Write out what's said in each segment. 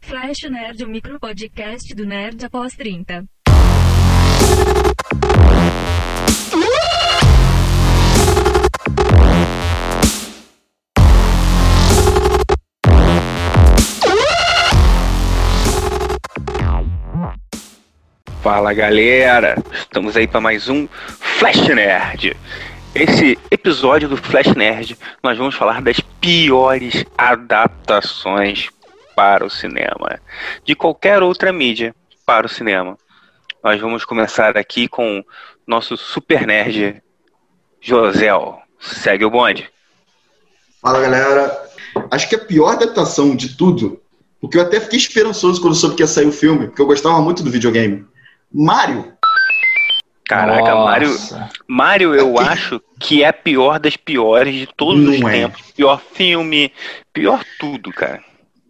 Flash Nerd, o micro podcast do Nerd após 30. Fala galera, estamos aí para mais um Flash Nerd. Esse episódio do Flash Nerd, nós vamos falar das piores adaptações para o cinema, de qualquer outra mídia para o cinema. Nós vamos começar aqui com nosso super nerd Josel. Segue o bonde. Fala galera, acho que a pior adaptação de tudo, porque eu até fiquei esperançoso quando soube que ia sair o filme, porque eu gostava muito do videogame. Mario, Caraca, Mario, Mario, eu acho que é a pior das piores de todos os Não é. tempos. Pior filme, pior tudo, cara.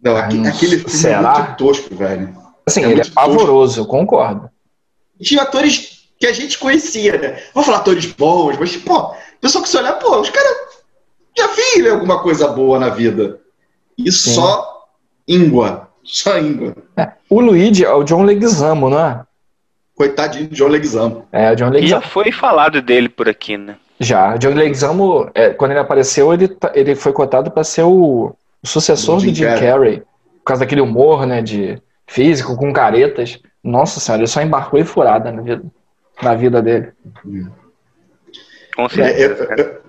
não, Ah, aque- não aquele filme será? é muito tosco, velho. Assim, É ele é muito pavoroso, eu concordo. Tinha atores que a gente conhecia, né? Vou falar atores bons, mas pô, pessoa que se olhar, pô, os caras já viram alguma coisa boa na vida. E Sim. só íngua, só íngua. O Luigi é o John Leguizamo, não é? Coitadinho de John Leguizamo. É, o John E já Leguizamo. foi falado dele por aqui, né? Já, o John Leguizamo, é, quando ele apareceu, ele, tá- ele foi cotado para ser o, o sucessor Do Jim do Jim, Carrey. Por causa daquele humor, né, de físico, com caretas. Nossa senhora, ele só embarcou em furada na vida, na vida dele. Com É, certeza. eu, cara.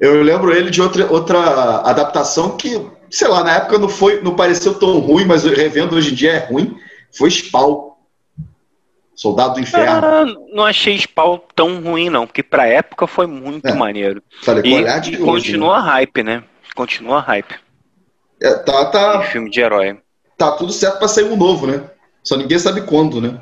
eu- eu lembro ele de outra, outra adaptação que, sei lá, na época não foi, não pareceu tão ruim, mas revendo hoje em dia é ruim. Foi Spawn. Soldado do Inferno. Ah, não achei Spawn tão ruim, não, porque pra época foi muito É. maneiro. Falei, E com olhar de hoje, né? continua hype, né? Continua hype. É, tá, Ah. tá, Filme de herói. tá tudo certo pra sair um novo, né? Só ninguém sabe quando, né?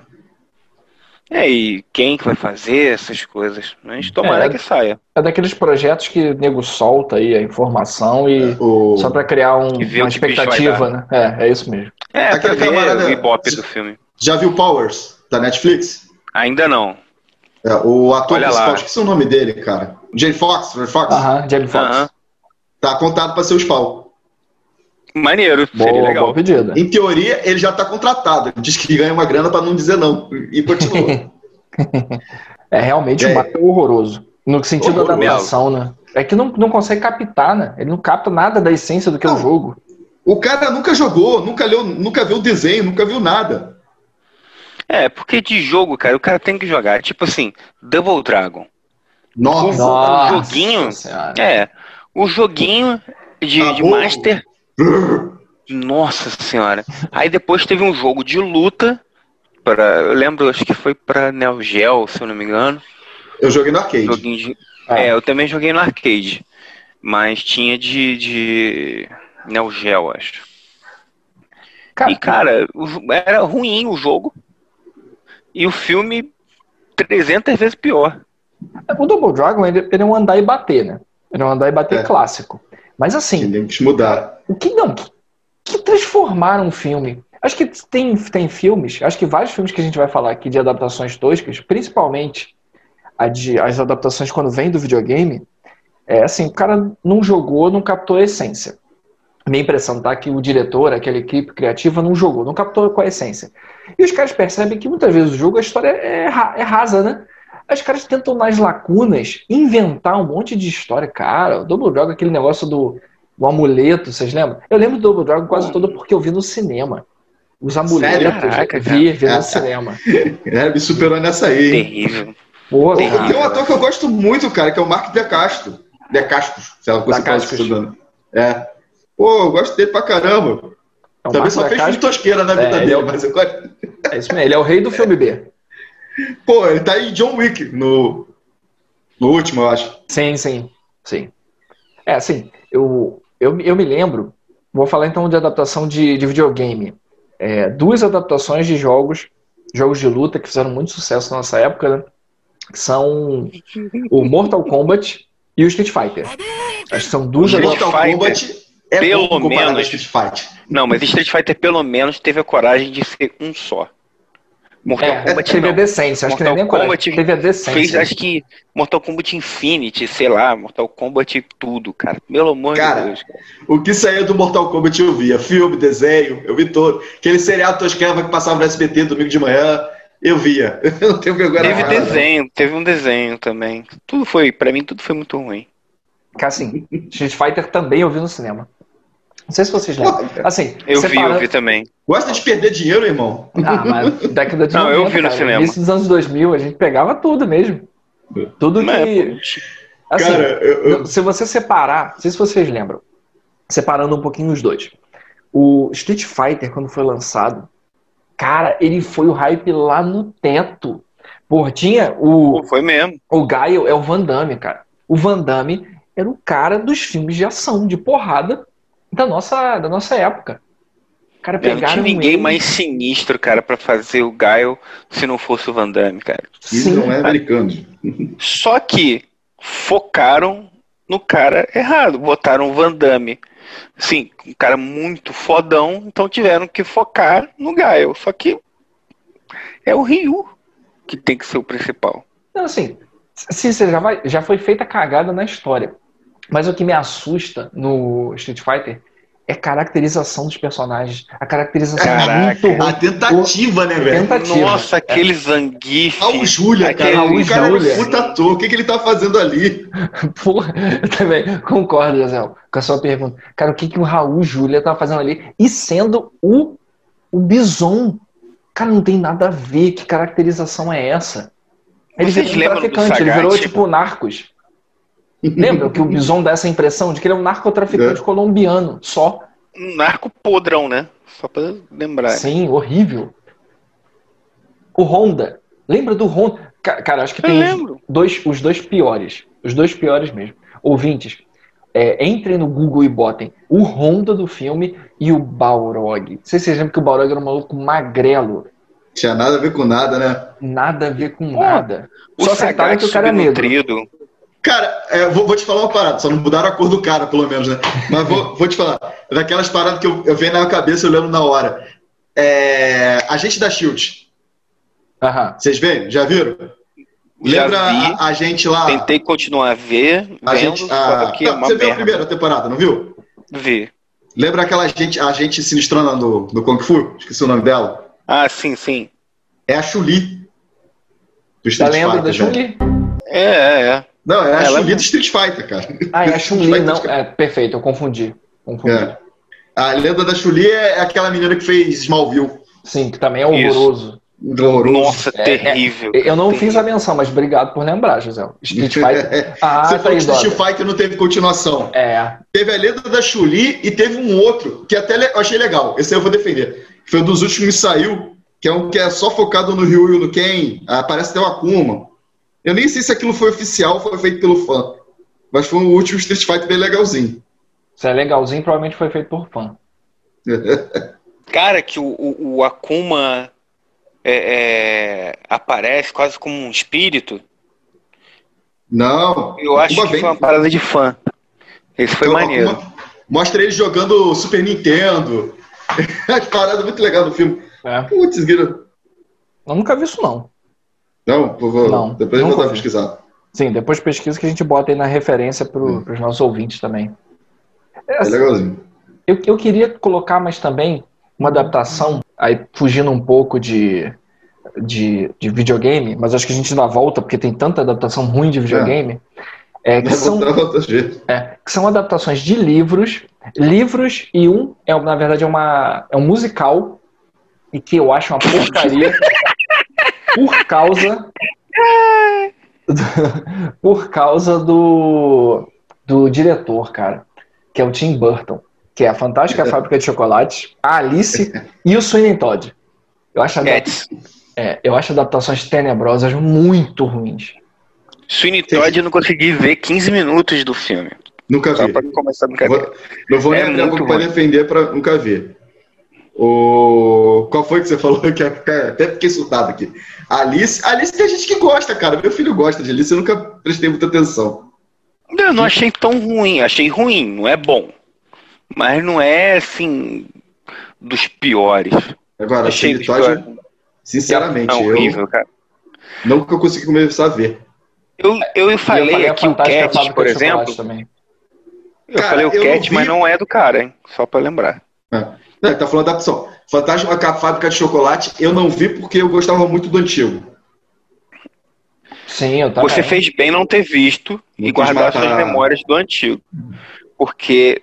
É, e quem que vai fazer essas coisas? Mas tomara É. que saia. É daqueles projetos que o nego solta aí a informação e O... só para criar um- E ver o uma que o bicho vai expectativa, né? É, é isso mesmo. É, pra Aquele ver camarada- o ibope do filme. Já viu Powers, da Netflix? Ainda não. É, o ator Olha lá. principal, esqueci o nome dele, cara. Jay Fox, Ray Fox, Aham, Jamie Foxx. Aham. tá contado pra ser o Spawn. Maneiro, seria Boa, legal. boa pedida. Em teoria, ele já tá contratado. Ele diz que ganha uma grana pra não dizer não. E continua. É realmente um É. bairro horroroso. No sentido da Horroroso. adaptação, né? É que não, não consegue captar, né? Ele não capta nada da essência do que é o Não. jogo. o cara nunca jogou, nunca leu, nunca viu o desenho, nunca viu nada. É, porque de jogo, cara, o cara tem que jogar. Tipo assim, Double Dragon. Nossa, Nossa. joguinho? senhora. É, o joguinho de, Tá de bom. Master. Nossa senhora. Aí depois teve um jogo de luta. Pra, eu lembro, acho que foi pra Neo Geo, se eu não me engano. eu joguei no arcade. Joguinho de- Ah. É, eu também joguei no arcade. Mas tinha de, de Neo Geo, acho. Cara, E, cara, o jo- era ruim o jogo. E o filme 300 vezes pior. o Double Dragon, ele, ele é um andar e bater, né? Ele é um andar e bater É. clássico. Mas assim, Tem que mudar. o que não? Que, que transformaram um filme? Acho que tem, tem filmes, acho que vários filmes que a gente vai falar aqui de adaptações toscas, principalmente a de- as adaptações quando vem do videogame, é assim, o cara não jogou, não captou a essência. Minha impressão tá que o diretor, aquela equipe criativa, não jogou, não captou com a essência. E os caras percebem que muitas vezes o jogo, a história é, ra- é rasa, né? Aí Os caras tentam, nas lacunas, inventar um monte de história. Cara, o Double Dragon, aquele negócio do o amuleto, vocês lembram? Eu lembro do Double Dragon Ah. quase todo porque eu vi no cinema. Os amuletos, Caraca, vi, vi cara. no cinema. É, me superou nessa aí. hein? Terrível. Pô, Tem cara. tem um ator que eu gosto muito, cara, que é o Mark De Castro. De Castro, sei lá, como você fala Dacascos. isso, mano. É. Pô, eu gosto dele pra caramba. É o Também Marco só fez Dacascos. filme tosqueira na vida É, dele, ele- mas eu gosto. É isso mesmo, ele é o rei do filme B. Pô, ele tá em John Wick, no, no último, eu acho. Sim, sim, sim. É, assim, eu, eu, eu me lembro, vou falar então de adaptação de, de videogame. É, duas adaptações de jogos, jogos de luta que fizeram muito sucesso na nossa época, né? Que são o Mortal Kombat e o Street Fighter. Acho que são duas Street adaptações. Mortal Fighter, Kombat é pelo bom comparado menos. a Street Fight. Não, mas Street Fighter pelo menos teve a coragem de ser um só. Mortal É, Kombat teve não. a decência, acho que não é nem Mortal coragem. Kombat Teve a Fez, decência. acho que Mortal Kombat Infinity, sei lá, Mortal Kombat tudo, cara. Pelo amor Cara, de Deus. cara. O que saía do Mortal Kombat eu via. Filme, desenho, eu vi todo. Aquele seriado Toscava que passava no SBT domingo de manhã, eu via. Eu não tenho vergonha na Teve cara, não. desenho, teve um desenho também. Tudo foi, pra mim, tudo foi muito ruim. Cara, assim, Street Fighter também eu vi no cinema. Não sei se vocês lembram. Porra, Assim, Eu vi, separando- eu vi também. Gosta de perder dinheiro, irmão? Ah, mas década de Não, 90, eu vi no cara, cinema. Início dos anos 2000, a gente pegava tudo mesmo. Tudo Mas, que... Assim, Cara, eu, eu- Não, Se você separar, não sei se vocês lembram, separando um pouquinho os dois. O Street Fighter, quando foi lançado, cara, ele foi o hype lá no teto. Porra, tinha o, pô, tipo, foi mesmo. o Gaio é o Van Damme, cara. O Van Damme era o cara dos filmes de ação, de porrada da nossa, da nossa época. Cara, É, Não tinha pegaram ninguém ele- mais sinistro, cara, pra fazer o Gaio se não fosse o Van Damme, cara. Isso Sim, não é cara. americano. Só que focaram no cara errado, botaram o Van Damme. Sim, um cara muito fodão, então tiveram que focar no Gael. Só que é o Ryu que tem que ser o principal. Então, assim, sim, você já, vai- já foi feita cagada na história. Mas o que me assusta no Street Fighter é a caracterização dos personagens. A caracterização é Caraca. muito A ruim. tentativa, né, velho? Tentativa. Nossa, aquele Zangief. Raul Júlia, Aquele cara. Raul Raul o cara Júlia. é um puta ator. O que, que ele tá fazendo ali? Porra, eu também concordo, José, com a sua pergunta. Cara, o que, que o Raul Júlia tá fazendo ali? E sendo o, o Bison. Cara, não tem nada a ver. Que caracterização é essa? Ele Vocês virou um lembram do traficante, ele Sagat? virou tipo narcos. Lembra que o Bison dá essa impressão de que ele é um narcotraficante colombiano só. Um narco podrão, né? Só pra lembrar. Sim, horrível. O Honda. Lembra do Honda? Ca- Cara, acho que Eu tem os lembro. dois, os dois piores. Os dois piores mesmo. Ouvintes, é, entrem no Google e botem o Honda do filme e o Balrog. Não sei se vocês lembram que o Balrog era um maluco magrelo. Tinha nada a ver com nada, né? Nada a ver com Pô, nada. O Só acertaram Sagat que o cara é negro. subnutrido. Cara, é, vou, vou te falar uma parada, só não mudaram a cor do cara, pelo menos, né? Mas vou, vou te falar. é Daquelas paradas que eu, eu venho na minha cabeça, eu lembro na hora. É, Agente da Shield. Aham. Vocês veem? Já viram? Já Lembra vi, a, a gente lá? tentei continuar a ver, vendo, a gente, só a... que é Não, uma você viu a merda. primeira temporada, não viu? Vi. Lembra aquela gente, a gente sinistrona do, do Kung Fu? Esqueci o nome dela. Ah, sim, sim. É a Chuli. Do Tá Street lembra Fighter. da velho. Chun-Li? É, é, é. Não, é a Ela- Chuli do Street Fighter, cara. Ah, é a Chun-Li, Vai não. buscar. É, perfeito, eu confundi. Confundi. É. A lenda da Chuli é aquela menina que fez Smallville. Sim, que também é Isso. horroroso. Horroroso. Nossa, É, terrível. Eu não Tem- fiz a menção, mas obrigado por lembrar, José. Street é Fighter. Ah, Você tá falou aí, que Street Dota. Fighter não teve continuação. É. Teve a lenda da Chuli e teve um outro que até le- eu achei legal. Esse aí eu vou defender. Foi um dos últimos que saiu, que é um que é só focado no Ryu e no Ken. Ah, Parece até o Akuma. Eu nem sei se aquilo foi oficial ou foi feito pelo fã. Mas foi um último Street Fighter bem legalzinho. Isso é legalzinho, provavelmente foi feito por fã. Cara, que o, o, o Akuma é, é, aparece quase como um espírito. Não. Eu acho Akuma que vem- foi uma parada de fã. Esse foi Akuma- maneiro. Mostra ele jogando Super Nintendo. As paradas muito legal do filme. É. Putz, Guilherme. Eu nunca vi isso, não. Não, vou, vou- Não, depois eu nunca vou dar vi. pesquisar. Sim, depois pesquisa que a gente bota aí na referência Hum. para os nossos ouvintes também. É, Assim, É legalzinho. Eu, eu queria colocar mais também uma adaptação, aí fugindo um pouco de, de, de videogame, mas acho que a gente dá volta, porque tem tanta adaptação ruim de videogame, é, que Vou são botar outras vezes. que são adaptações de livros, livros e um é na verdade é uma é um musical e que eu acho uma porcaria por causa do- por causa do do diretor, cara, que é o Tim Burton, que é a Fantástica Fábrica de Chocolates, a Alice e o Sweeney Todd. Eu acho, adap- Cats. é, eu acho adaptações tenebrosas muito ruins. Sweeney Todd eu não consegui ver 15 minutos do filme. Nunca Só vi. pra começar a brincadeira. Vou, não vou É nem abrir a muito boca pra ruim. defender pra nunca ver. O... Qual foi que você falou? Que até até fiquei soltado aqui. Alice. Alice tem gente que gosta, cara. Meu filho gosta de Alice, eu nunca prestei muita atenção. Não, Eu não achei tão ruim. Achei ruim, não é bom. Mas não é, assim, dos piores. Agora, achei Sweeney dos Todd, piores. Sinceramente, É eu horrível, cara. nunca consegui começar a ver. Eu, eu falei a aqui o Fantástica Cat, Fábrica por de Chocolate exemplo. Também. Eu Cara, falei o eu não Cat, vi- mas não é do cara, hein? Só pra lembrar. Não, ele tá falando da opção. Fantasma com a Fábrica de Chocolate, eu não vi porque eu gostava muito do antigo. Sim, eu também. Você fez bem não ter visto e Tá Não quis guardar suas matar. memórias do antigo. Porque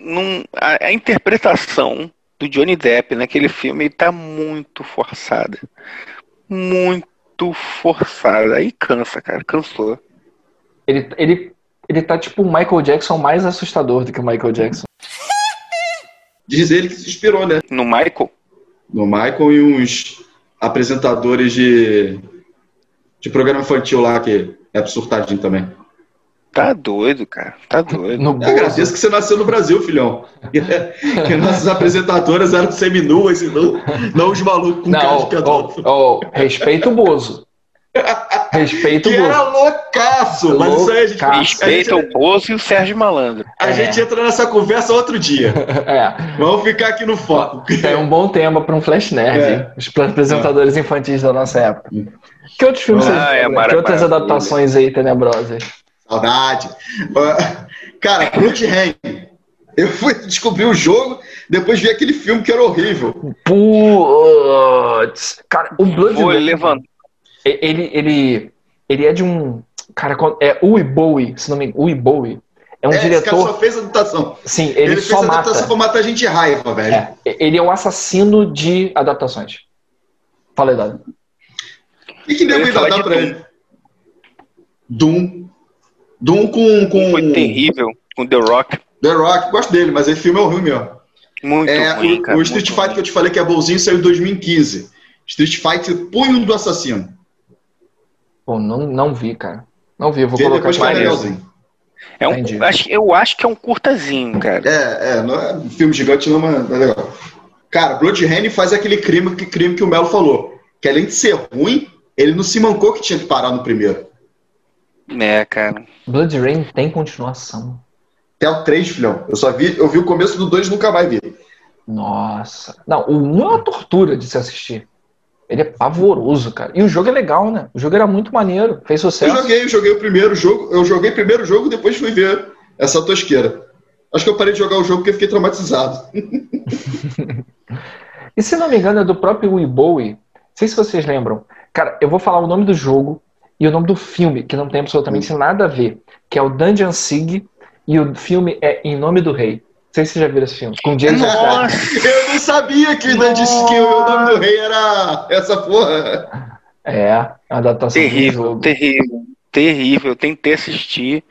não, a, a interpretação do Johnny Depp naquele filme tá muito forçada. Muito forçada. Aí cansa, cara. Cansou. Ele, ele, ele tá tipo o Michael Jackson mais assustador do que o Michael Jackson. Diz ele que se inspirou, né? No Michael, No Michael e uns apresentadores de, de programa infantil lá, que é absurdadinho também. tá doido, cara. Tá doido. No Eu agradeço que você nasceu no Brasil, filhão. que nossas apresentadoras eram seminuas e não, não os malucos com um cara Não, de ó, cadastro. ó, respeito o Bozo. Respeito o Que era Bozo. loucaço, mas isso aí a gente, a gente- Respeita o Bozo e o Sérgio Malandro. a gente entra nessa conversa outro dia. É, Vamos ficar aqui no foco. é um bom tema pra um Flash Nerd, É. hein? Os apresentadores infantis da nossa época. Que outros filmes Ah, vocês é lembram? mara- Que outras maravilha. adaptações aí tenebrosas? Saudade. Ah, Cara, Cruz Hang. Eu fui descobrir o jogo, depois vi aquele filme que era horrível. Putz! Cara, o Blood Foi né? Rain- levantado. ele, ele, ele é de um. Cara, qual- é o Bowie, se não me engano. O Bowie. É um É, esse cara diretor. só fez adaptação. Sim, ele, fez só mata. adaptação pra matar gente de raiva, velho. É, ele é o assassino de adaptações. Fala aí, O Dado. que, que Eu nego ia ainda falar dá de pra Doom. ele? Doom. Doom com, com Foi terrível. Com The Rock. The Rock. Gosto dele, mas esse filme é ruim mesmo. Muito É, ruim, o- cara. o Street muito Fighter que eu te falei que é bonzinho saiu em 2015. Street Fighter Punho do Assassino. Pô, não, não vi, cara. Não vi, eu vou Vê colocar depois que é aqui. maneiro. legalzinho. ruim. É um- Entendi. acho- eu acho que é um curtazinho, cara. É, é, não é um filme gigante, não, mas é legal. Cara, Blood Rain faz aquele crime que, crime que o Melo falou. Que além de ser ruim, ele não se mancou que tinha que parar no primeiro. É, cara. Blood Rain tem continuação. Até o 3, filhão. Eu só vi, eu vi o começo do 2 e nunca mais vi. Nossa. Não, o 1 é uma tortura de se assistir. Ele é pavoroso, cara. E o jogo é legal, né? O jogo era muito maneiro, fez Eu sucesso. joguei, eu joguei o primeiro jogo, eu joguei o primeiro jogo, depois fui ver essa tosqueira. Acho que eu parei de jogar o jogo porque fiquei traumatizado. E se não me engano, é do próprio Will Bowie. Não sei se vocês lembram. Cara, eu vou falar o nome do jogo e o nome do filme, que não tem absolutamente Hum. nada a ver, que é o Dungeon Sig, e o filme é Em Nome do Rei. Não sei se vocês já viram esse filme. Com Jason Statham. Nossa, Eu não sabia que ainda disse que o meu nome do rei era essa porra. É, a adaptação do terrível, jogo. terrível, terrível. Eu tentei assistir,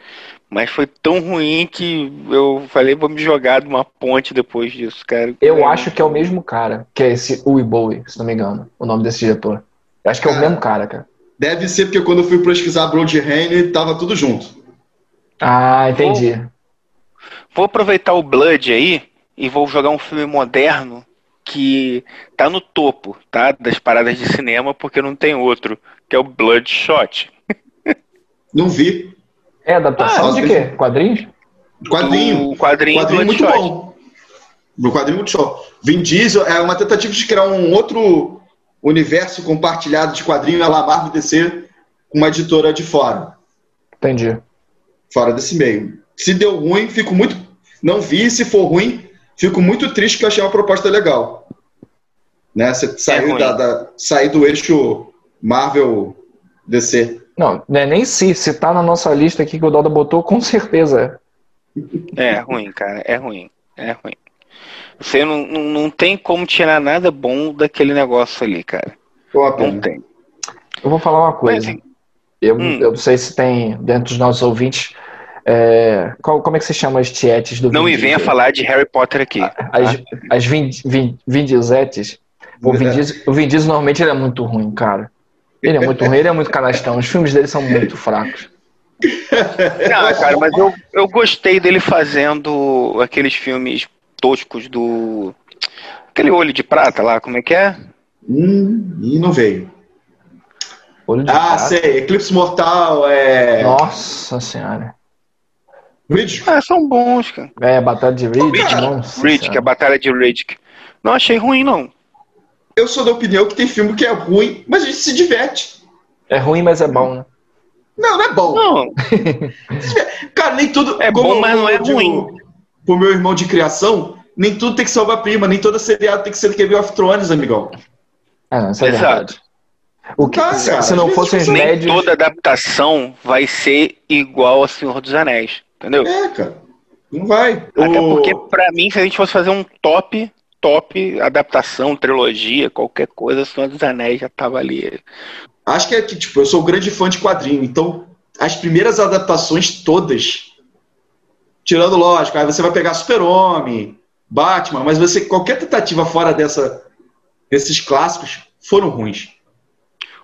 mas foi tão ruim que eu falei, vou me jogar de uma ponte depois disso, cara. Eu acho que é o mesmo cara, que é esse Will Bowie, se não me engano, o nome desse diretor. Eu acho que é o Ah. Cara. mesmo cara, cara. Deve ser porque quando eu fui pesquisar Blood Rain, tava tudo junto. Ah, entendi. Vou aproveitar o Blood aí e vou jogar um filme moderno que tá no topo, tá? Das paradas de cinema, porque não tem outro, que é o Bloodshot. Não vi. É adaptação Ah, de quê? Quadrinhos? Quadrinho. O quadrinho, quadrinho muito Bloodshot. bom. No quadrinho muito show. Vin Diesel é uma tentativa de criar um outro universo compartilhado de quadrinho a la Marvel DC com uma editora de fora, Entendi. fora desse meio. Se deu ruim, fico muito não vi, se for ruim, fico muito triste que eu achei uma proposta legal. Né? Você saiu É ruim. da, da- sair do eixo Marvel DC. Não, não é nem se. Se tá na nossa lista aqui que o Doda botou, com certeza é. É ruim, cara. É ruim. É ruim. Você não, não, não tem como tirar nada bom daquele negócio ali, cara. Foi uma Não pena. tem. Eu vou falar uma Mas, É, coisa. assim, Eu, Hum. eu não sei se tem dentro dos nossos ouvintes. é, qual- como é que se chama as tietes do não Vin me venha Diesel? Ah. falar de Harry Potter aqui. As, as Vin, Vin, Vin Diesetes. O É. Vin, Diesel, o Vin Diesel normalmente ele é muito ruim, cara. Ele é muito ruim, ele é muito canastão. Os filmes dele são muito fracos. Não, cara, mas eu, eu gostei dele fazendo aqueles filmes toscos do. Aquele olho de prata lá, como é que é? Hum, e não veio. Olho de Ah, tá. cara. sei. Eclipse Mortal é. Nossa senhora. Ridge Ah, são bons, cara. É, Batalha de Riddick. nossa Riddick, a senhora. Batalha de Riddick. Não achei ruim, não. Eu sou da opinião que tem filme que é ruim, mas a gente se diverte. É ruim, mas é bom, né? Não, não é bom. Não, Cara, nem tudo. É como bom, eu- mas não é eu digo ruim. Pro meu irmão de criação, nem tudo tem que ser obra-prima, nem toda seriado tem que ser Game of Thrones, amigão. Ah, não, isso é verdade. exato. O que, Tá, se, cara, se não mas fossem os isso Nem médios. toda adaptação vai ser igual a Senhor dos Anéis, entendeu? É, cara. Não vai. Até O- porque, pra mim, se a gente fosse fazer um top, top adaptação, trilogia, qualquer coisa, Senhor dos Anéis já tava ali. Acho que é que, tipo, eu sou um grande fã de quadrinho, então as primeiras adaptações todas, tirando lógico, aí você vai pegar Super-Homem, Batman, mas você qualquer tentativa fora dessa desses clássicos foram ruins.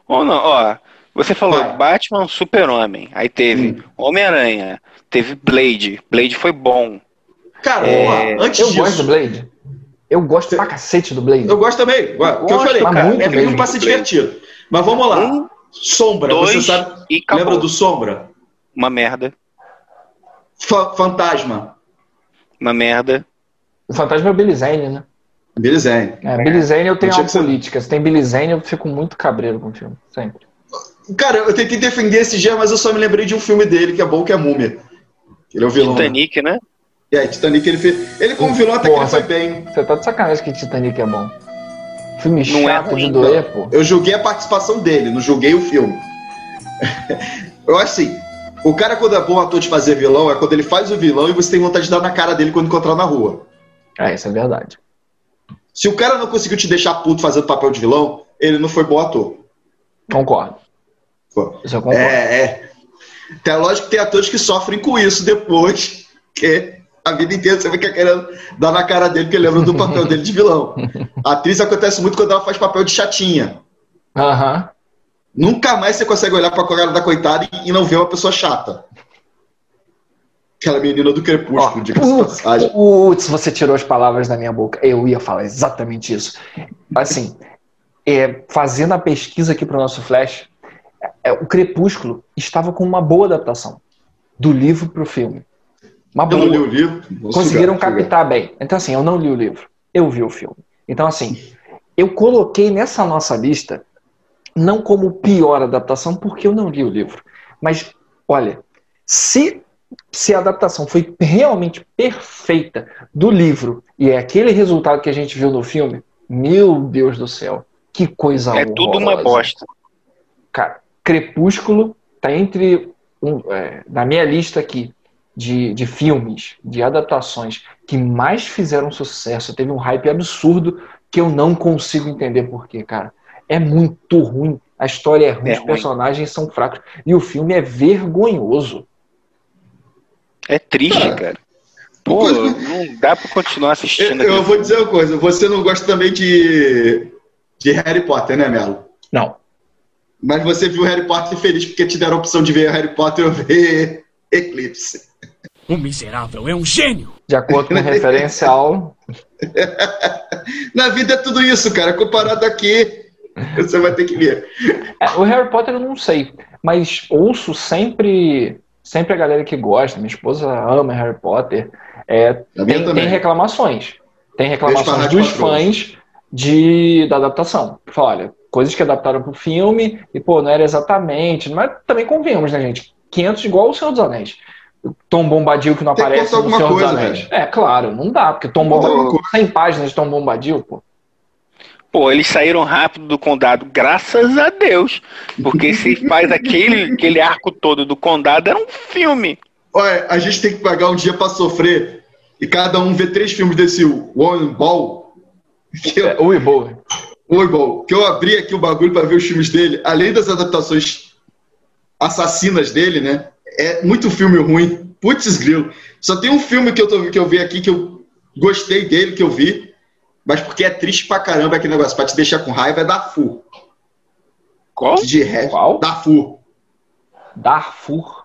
Ou não, ó, você falou Vai. Hum. Batman, Super-Homem, aí teve Homem-Aranha, teve Blade, Blade foi bom. Cara, É, vamos lá, antes Eu disso, gosto do Blade. Eu gosto pra cacete do Blade. eu gosto também, ué, o que eu Gosto, falei, mas cara, muito é filme mesmo. pra se divertir. Mas vamos lá, Um, Sombra, Ah, você dois, sabe, e acabou. lembra do Sombra? Uma merda, Fa- Fantasma, uma merda. O fantasma é o Billy Zane, né? beleza, hein? É, Billy Zane eu tenho Não tinha uma que ser. política. Se tem Billy Zane, eu fico muito cabreiro com o filme. Sempre. Cara, eu tentei defender esse dia, mas eu só me lembrei de um filme dele que é bom, que é Múmia. Ele é o vilão. né? Titanic, né? E aí, Titanic, ele fez. Ele como vilão até que Porra, ele foi tá- bem. Você tá de sacanagem que Titanic é bom. Filme Não é chato ruim, de doer, pô. Eu julguei a participação dele, não julguei o filme. Eu acho assim, o cara quando é bom ator de fazer vilão é quando ele faz o vilão e você tem vontade de dar na cara dele quando encontrar na rua. É, isso é verdade. Se o cara não conseguiu te deixar puto fazendo papel de vilão, ele não foi bom ator. Concordo. Pô. Isso eu concordo. É, é. Então, é lógico que tem atores que sofrem com isso depois, que a vida inteira você fica querendo dar na cara dele, porque lembra do papel dele de vilão. A atriz acontece muito quando ela faz papel de chatinha. Aham. Nunca mais você consegue olhar pra cara da coitada e- e não ver uma pessoa chata. Aquela menina do Ó, crepúsculo, diga-se de passagem. Putz, você tirou as palavras da minha boca. Eu ia falar exatamente isso. Assim, é, fazendo a pesquisa aqui para o nosso Flash, é, o Crepúsculo estava com uma boa adaptação do livro para o filme. Uma Eu boa. não li o livro. vou tá Conseguiram sugar, sugar. captar bem. Então, assim, eu não li o livro, eu vi o filme. Então, assim, eu coloquei nessa nossa lista, não como pior adaptação, porque eu não li o livro. Mas, olha, se, se a adaptação foi realmente perfeita do livro e é aquele resultado que a gente viu no filme, meu Deus do céu, que coisa é tudo uma horrorosa. bosta. Cara, Crepúsculo tá entre. um- é, na minha lista aqui de, de filmes, de adaptações que mais fizeram sucesso, teve um hype absurdo que eu não consigo entender porquê, cara. É muito ruim. A história é ruim, É os ruim. personagens são fracos. E o filme é vergonhoso. É triste, Ah. cara. Pô, não dá pra continuar assistindo. Eu, eu aquele vou dizer uma coisa. Você não gosta também de, de Harry Potter, né, Melo? Não. Mas você viu Harry Potter feliz porque te deram a opção de ver Harry Potter ou ver Eclipse. O miserável é um gênio! De acordo com referência ao. Na vida é tudo isso, cara. Comparado aqui, você vai ter que ver. É, o Harry Potter eu não sei, mas ouço sempre. Sempre a galera que gosta, minha esposa ama Harry Potter. É, Na minha Tem, tem Tá também. reclamações. Tem reclamações Deixa pra dos Rádio Patrulha. fãs de, da adaptação. Fala, olha, coisas que adaptaram pro filme e, pô, não era exatamente. Mas também convenhamos, né, gente? 500 igual o Senhor dos Anéis. Tom Bombadil que não Tem que aparece cortar no alguma Senhor dos coisa, Anéis. É, claro, não dá, porque Tom Cortar alguma Bombadil. 100 páginas de Tom Bombadil, pô. Pô, eles saíram rápido do condado, graças a Deus. Porque se faz aquele, aquele arco todo do condado, era um filme. Olha, a gente tem que pagar um dia pra sofrer e cada um ver três filmes desse One Ball. Que eu, É, o Ibo. One Ball, que eu abri aqui o bagulho pra ver os filmes dele, além das adaptações assassinas dele, né? É muito filme ruim. Putz, grilo. Só tem um filme que eu, tô, que eu vi aqui que eu gostei dele, que eu vi, mas porque é triste pra caramba aquele negócio, pra te deixar com raiva, é da FU. Qual? De resto, Qual? da FU. Darfur.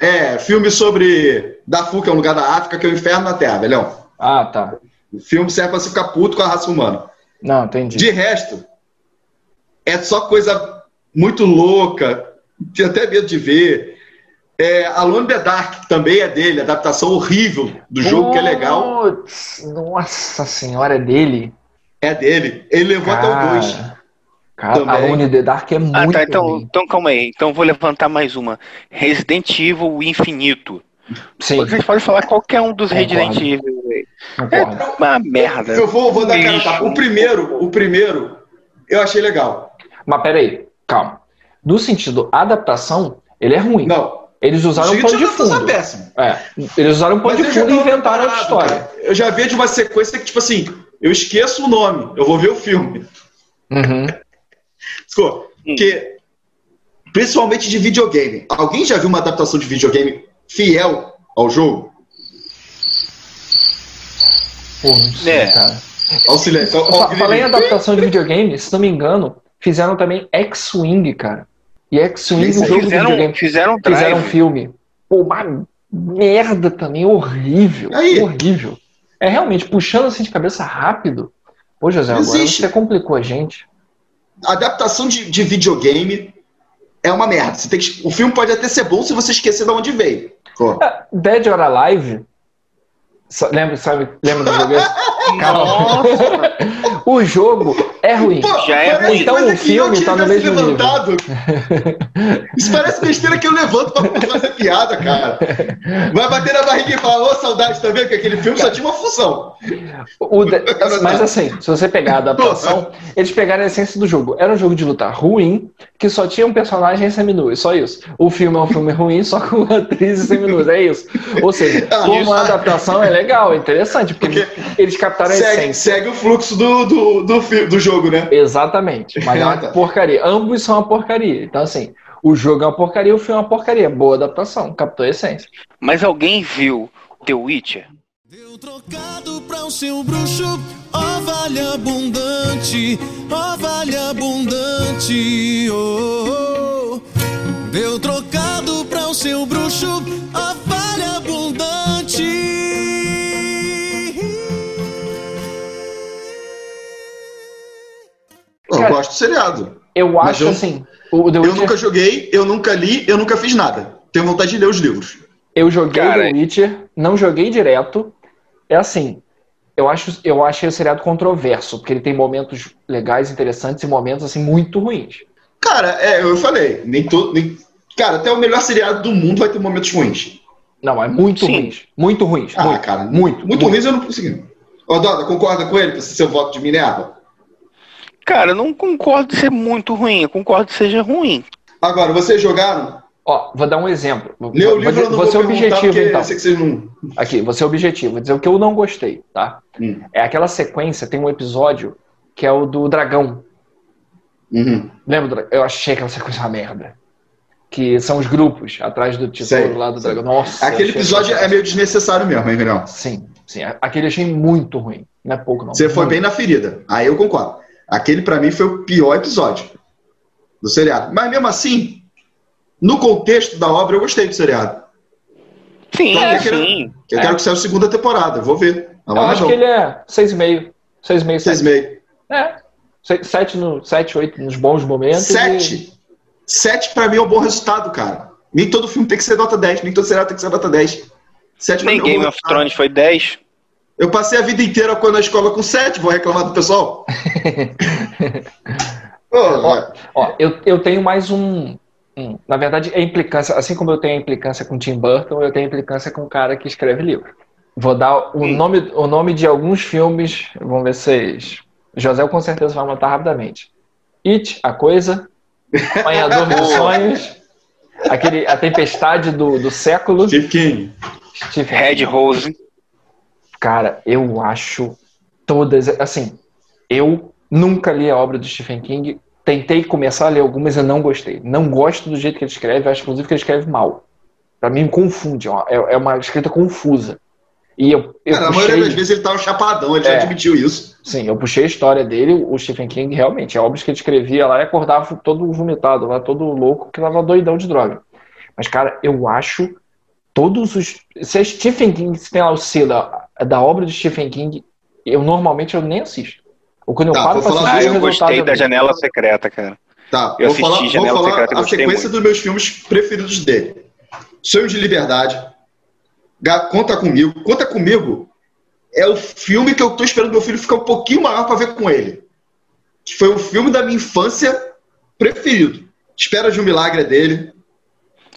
É, filme sobre Darfur, que é um lugar da África, que é o inferno na Terra, velhão. Ah, tá. O filme serve pra você ficar puto com a raça humana. Não, entendi. De resto, é só coisa muito louca, tinha até medo de ver. É, Alone in the Dark, que também é dele, adaptação horrível do jogo, que é legal. Putz, Nossa senhora, é dele. É dele. Ele levou até o 2. Cara, Também. Alone in the Dark é muito Ah, tá. Então, ruim. então calma aí. Então eu vou levantar mais uma. Resident Evil o Infinito. Sim, Vocês podem falar qualquer um dos Concordo. Resident Evil. aí. concordo. Uma merda. é Eu vou, vou dar cara a Lixo. tapa. O primeiro, o primeiro, eu achei legal. Mas peraí, calma. No sentido adaptação, ele é ruim. Não. Eles usaram um Seguinte, pano de eu tô fundo. péssimo. É, eles usaram um pano de eu já fundo e tava inventaram a preparado, história. cara. Eu já vi de uma sequência que, tipo assim, eu esqueço o nome, eu vou ver o filme. Uhum. Sacou? Hum. Porque, principalmente de videogame. Alguém já viu uma adaptação de videogame fiel ao jogo? Pô, não sei, É. cara. Ao silêncio. Ao, ao Fa- Falei em grito. adaptação de videogame, se não me engano, fizeram também X-Wing, cara. E X-Wing, Isso o aí. jogo do Fizeram, videogame. fizeram drive. Fizeram um filme. Pô, uma merda também, horrível. Aí. Horrível. É realmente, puxando assim de cabeça rápido. Pô, José, Não agora existe. você complicou a gente. adaptação de, de videogame é uma merda. Você tem que- o filme pode até ser bom se você esquecer de onde veio. Sacou? Ah, Dead or Alive. sa- Lembra, sabe, lembra do jogo? Nossa, o jogo é ruim. Pô, Já é parece ruim. Então coisa o que filme eu tá no tivesse mesmo nível. Isso parece besteira que eu levanto pra fazer piada, cara. Vai bater na barriga e falar, ô, saudade, tá vendo? Que aquele filme só tinha uma função. O de- Mas assim, se você pegar a adaptação, eles pegaram a essência do jogo. Era um jogo de luta ruim, que só tinha um personagem seminu, só isso. O filme é um filme ruim, só com atrizes seminuas, é isso. Ou seja, Ah, como isso. adaptação é legal, é interessante, porque, eles captaram a Segue, essência. segue o fluxo do, do, do, fi- do jogo, né? Exatamente. Mas é Ah, uma tá. porcaria. Ambos são uma porcaria. Então, assim, o jogo é uma porcaria, o filme é uma porcaria. Boa adaptação, captou a essência. Mas alguém viu The Witcher? Deu um trocado pra o seu bruxo, ó vale abundante, ó vale abundante, oh, oh. Deu trocado pra o seu bruxo, ó vale abundante. Eu Cara, gosto do seriado. Eu Mas acho eu- assim. O The Eu Witcher, eu, nunca joguei, eu nunca li, eu nunca fiz nada. Tenho vontade de ler os livros. joguei Cara, The Witcher, não joguei direto. É assim, eu acho, eu achei o seriado controverso, porque ele tem momentos legais, interessantes e momentos assim muito ruins. Cara, é, eu falei, nem todo. Nem... Cara, até o melhor seriado do mundo vai ter momentos ruins. Não, é muito Sim. ruins, muito ruins, Ah, muito, cara, muito, muito, ruins eu não consegui. Ô, Doda, concorda com ele pra ser seu voto de né, Minerva? Cara, eu não concordo de ser muito ruim. Eu concordo que seja ruim. Agora, vocês jogaram? Ó, vou dar um exemplo. Vou, Lê o vou, livro, eu vou, não vou vou ser perguntar objetivo porque então. eu sei que vocês não. Aqui, vou ser objetivo, vou dizer o que eu não gostei, tá? Hum. É aquela sequência, tem um episódio que é o do dragão. Uhum. Lembra? do dra- Eu achei aquela sequência uma merda. Que são os grupos atrás do tesouro Sei, lá do sei. dragão. Nossa. Aquele eu achei episódio aquela- é meio desnecessário mesmo, hein, Minerva? Sim, sim. a- Aquele eu achei muito ruim. Não é pouco, não. Você foi Muito. bem na ferida. Aí eu concordo. Aquele pra mim foi o pior episódio do seriado. Mas mesmo assim, no contexto da obra, eu gostei do seriado. Sim, Não, é que- sim. Eu É. quero que saia a segunda temporada, eu vou ver. Não, Eu acho que ele é 6,5. 6,5, 7. meio. É. 7, no, 7, 8 nos bons momentos. e- Sete. Sete pra mim é um bom resultado, cara. Nem todo filme tem que ser nota 10, nem todo seriado tem que ser nota 10. Sete pra Nem mim é um bom Game of resultado. Thrones foi 10. Eu passei a vida inteira quando na escola com sete, vou reclamar do pessoal. Ô, olha, Ó, eu, eu tenho mais um, um- Na verdade, é implicância. Assim como eu tenho a implicância com Tim Burton, eu tenho a implicância com o cara que escreve livro. Vou dar o, Hum. nome, o nome de alguns filmes. Vamos ver se vocês. José com certeza vai matar rapidamente. It, A Coisa. Apanhador dos Sonhos. Aquele, a Tempestade do, do Século. Steve King. Stephen Red Rose. Cara, eu acho todas. Assim, eu nunca li a obra do Stephen King. Tentei começar a ler algumas e não gostei. Não gosto do jeito que ele escreve, acho inclusive que ele escreve mal. Pra mim, confunde. ó, É, é uma escrita confusa. E eu, eu Cara, a maioria das puxei. vezes ele tava chapadão, ele já É. admitiu isso. Sim, eu puxei a história dele. O Stephen King, realmente, a obra que ele escrevia lá e acordava todo vomitado, lá todo louco, que tava doidão de droga. Mas, cara, eu acho todos os. Se é Stephen King, se tem lá o C da, da obra de Stephen King, eu normalmente eu nem assisto. Ou quando eu Tá, paro vou falar- pra Ah, assistir, o eu resultado gostei é da ruim. Janela Secreta, cara. Tá, Eu vou assisti falar, vou Janela falar Secreta e a gostei sequência muito. dos meus filmes preferidos dele. Sonhos de Liberdade, Ga- Conta Comigo. Conta Comigo é o filme que eu tô esperando meu filho ficar um pouquinho maior para ver com ele. Que foi o filme da minha infância preferido. Espera de um Milagre é dele,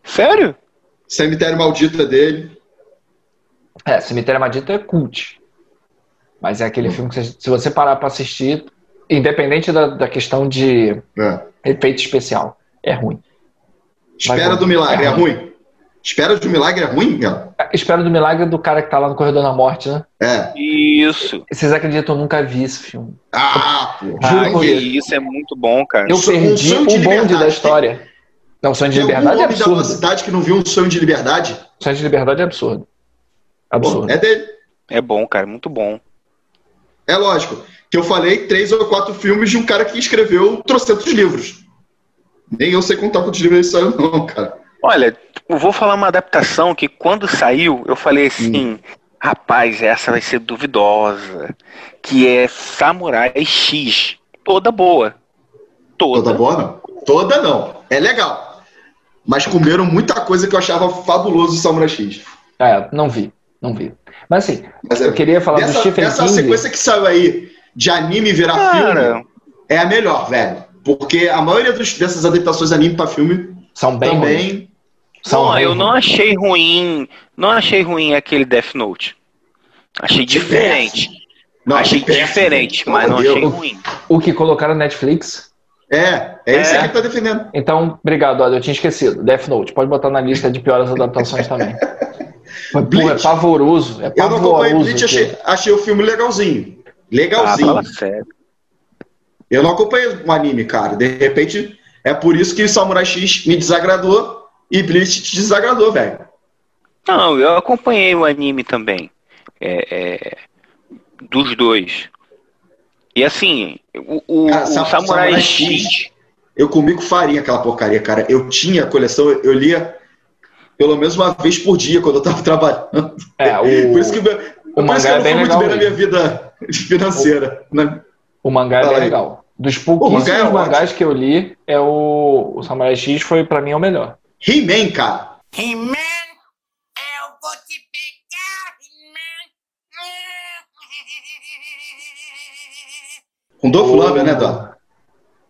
Sério? Cemitério Maldito é dele. É, Cemitério Maldito é cult. Mas é aquele Hum. filme que você- se você parar pra assistir, independente da, da questão de É. efeito especial, é ruim. Espera bom, do Milagre é é ruim. Espera de um Milagre é ruim, cara? A Espera do Milagre é do cara que tá lá no Corredor da Morte, né? É. Isso. Vocês acreditam, eu nunca vi esse filme. Ah, pô. Juro Ah, por que Deus. isso é muito bom, cara. Eu Sonho- um perdi sonho o de bonde liberdade. da história. Não, Sonho de Tem algum Liberdade é homem da nossa absurdo. cidade que não viu um sonho de liberdade? Sonho de Liberdade é absurdo. Pô, Absurdo. é dele. É bom, cara, muito bom. É lógico que eu falei três ou quatro filmes de um cara que escreveu trocentos livros. Nem eu sei contar quantos livros ele saiu, não, cara. Olha, eu vou falar uma adaptação que quando saiu, eu falei assim, rapaz, essa vai ser duvidosa. Que é Samurai X. Toda boa. Toda. Toda boa, não. Toda não. É legal. Mas comeram muita coisa que eu achava fabuloso do Samurai X. É, não vi. Não vi. Mas assim, Mas eu é, queria falar do essa, Stephen essa King. sequência que saiu aí de anime virar Cara, Ah, filme é a melhor, velho. Porque a maioria dos- dessas adaptações anime pra filme São bem ruins. também São não, bem eu ruins. não achei ruim. Não achei ruim aquele Death Note. Achei diferente. Não, achei péssimo. diferente, Pelo mas não amor de achei Deus. ruim. O que colocaram na Netflix. É, é isso É. aí que tá defendendo. Então, obrigado, olha, eu tinha esquecido. Death Note, pode botar na lista de piores adaptações também. Mas, porra, é Bleach. pavoroso. É Eu não acompanhei pavoroso. Bleach, achei, aquilo. achei o filme legalzinho. Ah, Legalzinho. fala sério. eu não acompanhei o anime, cara. De repente, é por isso que Samurai X me desagradou e Bleach te desagradou, velho. Não, eu acompanhei o anime também. É, é, dos dois. E assim, o, o- Cara, o Sa- Samurai, Samurai X. Eu comi com farinha aquela porcaria, cara. Eu tinha a coleção, eu lia pelo menos uma vez por dia quando eu tava trabalhando. É, Por isso que, o, meu- o por isso mangá que eu é não bem fui muito legal. bem na minha mesmo. vida financeira. né? O mangá é Fala bem aí. legal. Dos O mangá é pouquíssimos ótimo. mangás que eu li, é o, o Samurai X foi pra mim o melhor. He-Man, cara. He-Man, eu vou te pegar, He-Man. Com Dolph O- Lundgren, né, Dó?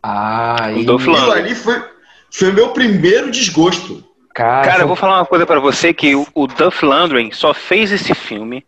Ah, O e- Dolph Lundgren. Aquilo ali foi, foi o meu primeiro desgosto. Cara, Cara, são- eu vou falar uma coisa pra você que o, o Duff Landry só fez esse filme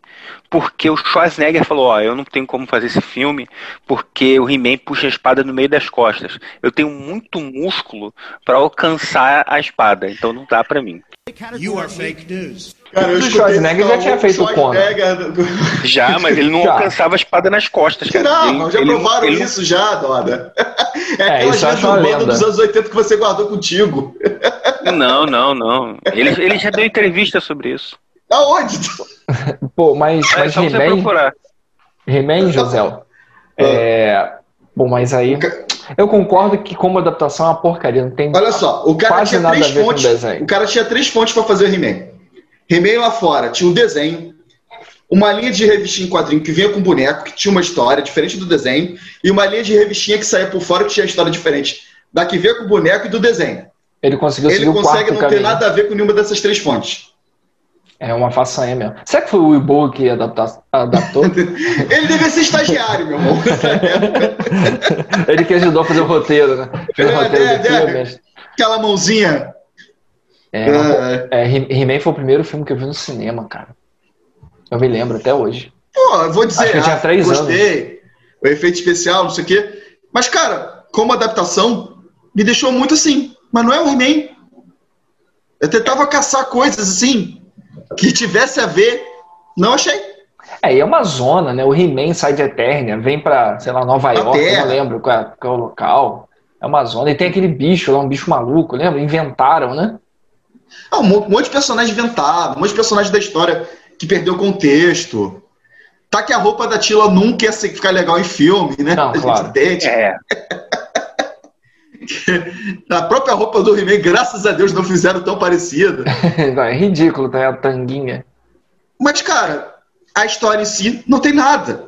porque o Schwarzenegger falou, ó, eu não tenho como fazer esse filme porque o He-Man puxa a espada no meio das costas. Eu tenho muito músculo pra alcançar a espada, então não dá pra mim. Cara, eu O escutei Schwarzenegger já falar, tinha o feito o Conan. Schwarzenegger- né? Já, mas ele não Já. alcançava a espada nas costas, cara. Não, Ele- mas já ele não- provaram ele não- isso já, Dora. É, É, aquelas lendas isso eu acho uma urbanas lenda. dos anos 80 que você guardou contigo. Não, não, não. Ele, ele já deu entrevista sobre isso. Aonde? Pô, mas, É mas só você He-Man, procurar. He-Man, José. Ah. É. Bom, mas aí. Eu concordo que como adaptação é uma porcaria. Não tem. Olha só, o cara Quase tinha nada três a ver com fontes. desenho. O cara tinha três fontes pra fazer o He-Man. He-Man lá fora tinha um desenho, uma linha de revistinha em quadrinho que vinha com boneco, que tinha uma história diferente do desenho, e uma linha de revistinha que saía por fora que tinha história diferente da que vinha com o boneco e do desenho. Ele conseguiu seguir Ele o consegue quarto não ter caminho. nada a ver com nenhuma dessas três fontes. É uma façanha mesmo. Será que foi o Will que adapta- adaptou? Ele devia ser estagiário, meu irmão. Ele que ajudou a fazer o roteiro, né? Fez o É, roteiro é, do é. filme. Aquela mãozinha. É, Ah, é, He- He-Man foi o primeiro filme que eu vi no cinema, cara. Eu me lembro até hoje. pô, eu vou Acho dizer, que eu tinha ah, três gostei. O efeito especial, não sei o quê. Mas, cara, como adaptação, me deixou muito assim. Mas não é o He-Man. Eu tentava caçar coisas assim que tivesse a ver. Não achei. É, e é uma zona, né? O He-Man sai de Eternia, vem pra, sei lá, Nova Pra York, eu Terra. não lembro qual é, qual é o local. É uma zona. E tem aquele bicho lá, um bicho maluco, lembra? Inventaram, né? Ah, um mon- um monte de personagem inventado, um monte de personagem da história que perdeu o contexto. Tá que a roupa da Tila nunca ia se- ficar legal em filme, né? Não, a gente claro. entende. É. A própria roupa do He-Man, graças a Deus, não fizeram tão parecida. Não, é ridículo, tá? A tanguinha. Mas, cara, a história em si não tem nada.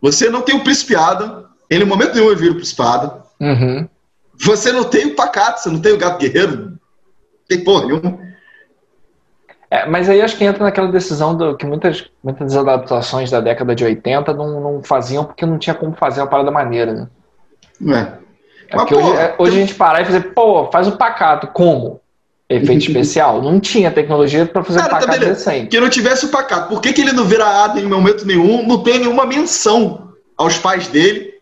Você não tem o Príncipe Adam. Ele, em momento nenhum, ele vira o Príncipe Adam. Uhum. Você não tem o Pacato, você não tem o Gato Guerreiro. Não tem porra nenhuma. É, mas aí acho que entra naquela decisão do, que muitas, muitas adaptações da década de 80 não, não faziam porque não tinha como fazer uma parada maneira, né? É. É Mas, porque pô, hoje, é- hoje a gente parar e fazer, pô, faz um pacato, como? Efeito especial? Não tinha tecnologia pra fazer um Cara, tá pacato beleza. decente. Que não tivesse o pacato. Por que, que ele não vira Adam em momento nenhum? Não tem nenhuma menção aos pais dele.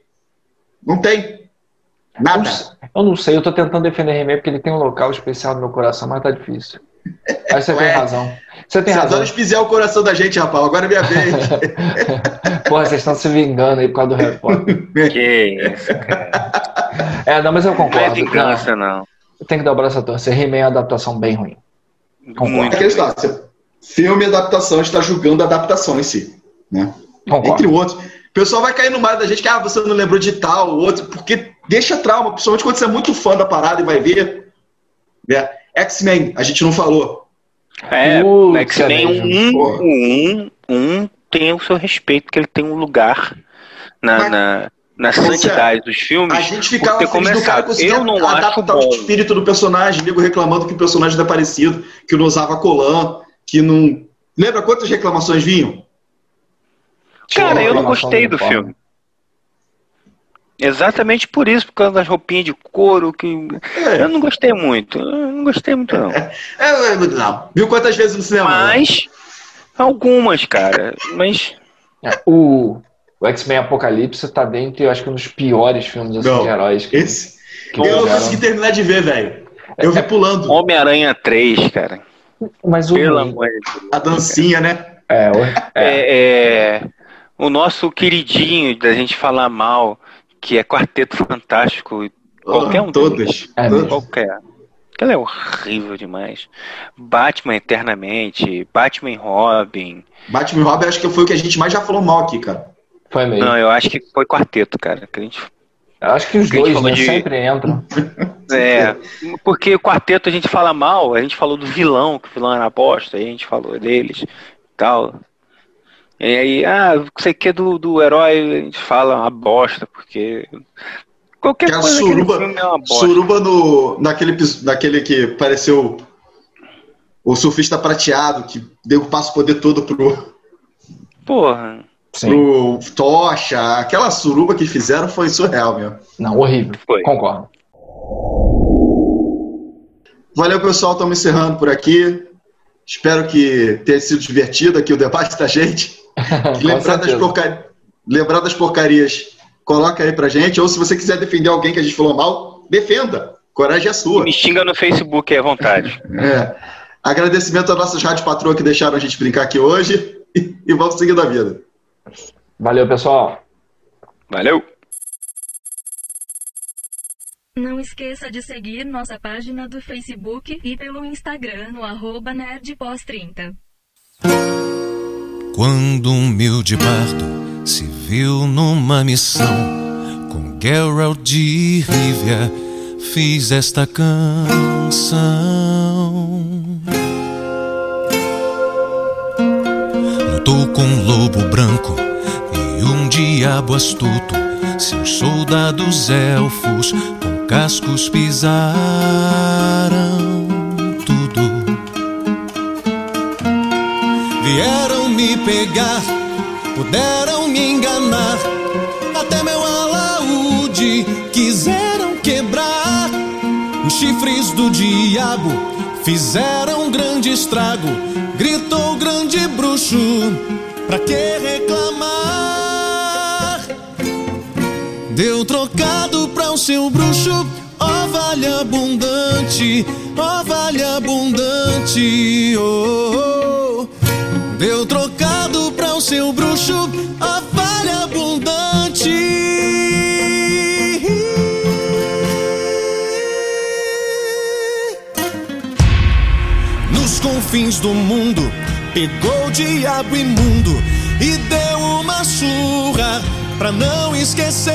Não tem. Eu não Nada. sei- Eu não sei, eu tô tentando defender Remake porque ele tem um local especial no meu coração, mas tá difícil. Aí você tem Ué. razão. Você tem Você razão. adora espiziar o coração da gente, rapaz. Agora é minha vez. Porra, vocês estão se vingando aí por causa do Harry Potter. Que isso, cara. É, não, mas eu Não é concordo. Não, vingança, não. eu tenho que dar o braço a torcer. He-Man é uma adaptação bem ruim. Concordo. É Muito. aquele estado. você- Filme e adaptação, a gente tá julgando a adaptação em si. Né? Entre Concordo. outros. O pessoal vai cair no mar da gente que ah, você não lembrou de tal, outro, porque deixa trauma, principalmente quando você é muito fã da parada e vai ver. né? X-Men, a gente não falou. É, Putz, é que se nem mesmo. um, porra. um, um tem o seu respeito, que ele tem um lugar na, Mas- na, na Ou santidade dos filmes. A gente ficava por ter feliz do cara começado. conseguir Eu não acho adaptar bom. o espírito do personagem, nego reclamando que o personagem era parecido, que não usava colã, que não. Lembra quantas reclamações vinham? Tinha Cara, uma eu não reclamação gostei do uniforme. filme. Exatamente por isso, por causa das roupinhas de couro, que eu É, não gostei muito. Eu não gostei muito, não. é, é, não. Viu quantas vezes no cinema? Mas, algumas, cara. Mas, É, O, o X-Men Apocalipse tá dentro, eu acho que um dos piores filmes assim, Não. de heróis que, Esse. é que Eu não fizeram. consegui terminar de ver, velho. Eu vi pulando Homem-Aranha 3, cara. Mas o Pelo ruim, amor de Deus. a dancinha, né? é, o- Uhum. é, É, é, o nosso queridinho da gente falar mal, que é Quarteto Fantástico, Qualquer um Todas. É mesmo. qualquer. Aquela é horrível demais. Batman Eternamente, Batman e Robin. Batman e Robin acho que foi o que a gente mais já falou mal aqui, cara. foi meio. Não, eu acho que foi Quarteto, cara. que a gente- Eu acho que os Porque a gente dois falou né, de- sempre entram. É, porque o Quarteto a gente fala mal, a gente falou do vilão, que o vilão era bosta, aí a gente falou deles e tal. E aí, ah, não sei o que do, do herói, a gente fala uma bosta, porque. Qualquer Cara, coisa naquele suruba- filme é uma bosta. Suruba no, naquele, epis- naquele que pareceu o surfista prateado, que deu passa o poder todo pro, Porra. Sim. pro Tocha. Aquela suruba que fizeram foi surreal, meu. Não, horrível. Foi. Concordo. Valeu, pessoal. Estamos encerrando por aqui. Espero que tenha sido divertido aqui o debate da gente. Com Lembrar das, certeza. porca- lembrar das porcarias, coloca aí pra gente. Ou se você quiser defender alguém que a gente falou mal, defenda. Coragem é E sua. Me xinga no Facebook aí à vontade. É. Agradecimento às nossas rádio patroa que deixaram a gente brincar aqui hoje. E vamos seguir da vida. Valeu, pessoal. Valeu! Não esqueça de seguir nossa página do Facebook e pelo Instagram no arroba nerdpós30. Quando um humilde bardo se viu numa missão com Geralt de Rivia, fiz esta canção. Lutou com um lobo branco e um diabo astuto, seus soldados elfos com cascos pisaram tudo. Vieram me pegar, puderam me enganar, até meu alaúde quiseram quebrar. Os chifres do diabo fizeram um grande estrago, gritou o grande bruxo, pra que reclamar? Deu um trocado pra o seu bruxo, ovalha abundante, ovalha abundante. Oh, oh, oh. Deu trocado pra o seu bruxo, ovalha abundante nos confins do mundo. Pegou o diabo imundo e deu uma surra pra não esquecer.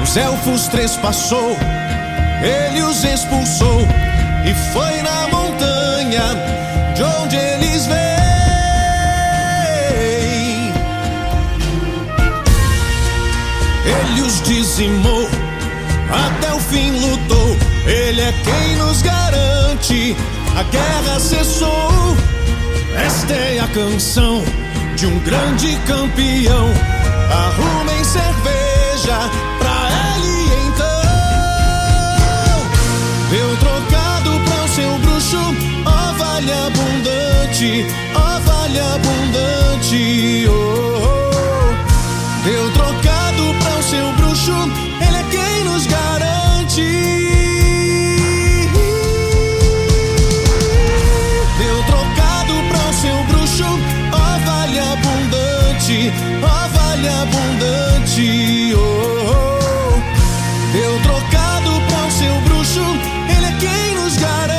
Os elfos trespassou, ele os expulsou e foi na montanha de onde eles vêm. Ele é os dizimou, até o fim lutou morte, a guerra cessou. Esta é a canção de um grande campeão. Arrumem cerveja pra ele então. Deu trocado pra o seu bruxo, ó valha abundante, ó valha abundante. oh, oh. Deu trocado para o seu bruxo, ele é quem nos garante. Deu trocado para o seu bruxo, ó vale abundante, ó vale abundante. oh, oh. Deu trocado para o seu bruxo, ele é quem nos garante.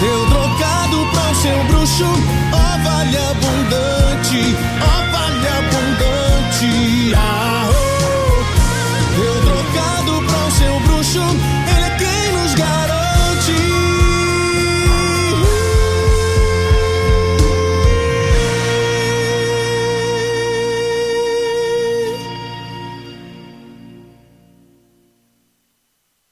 Deu trocado pra o seu bruxo, ó vale abundante, ó vale abundante. Ah, oh. Deu trocado pra o seu bruxo,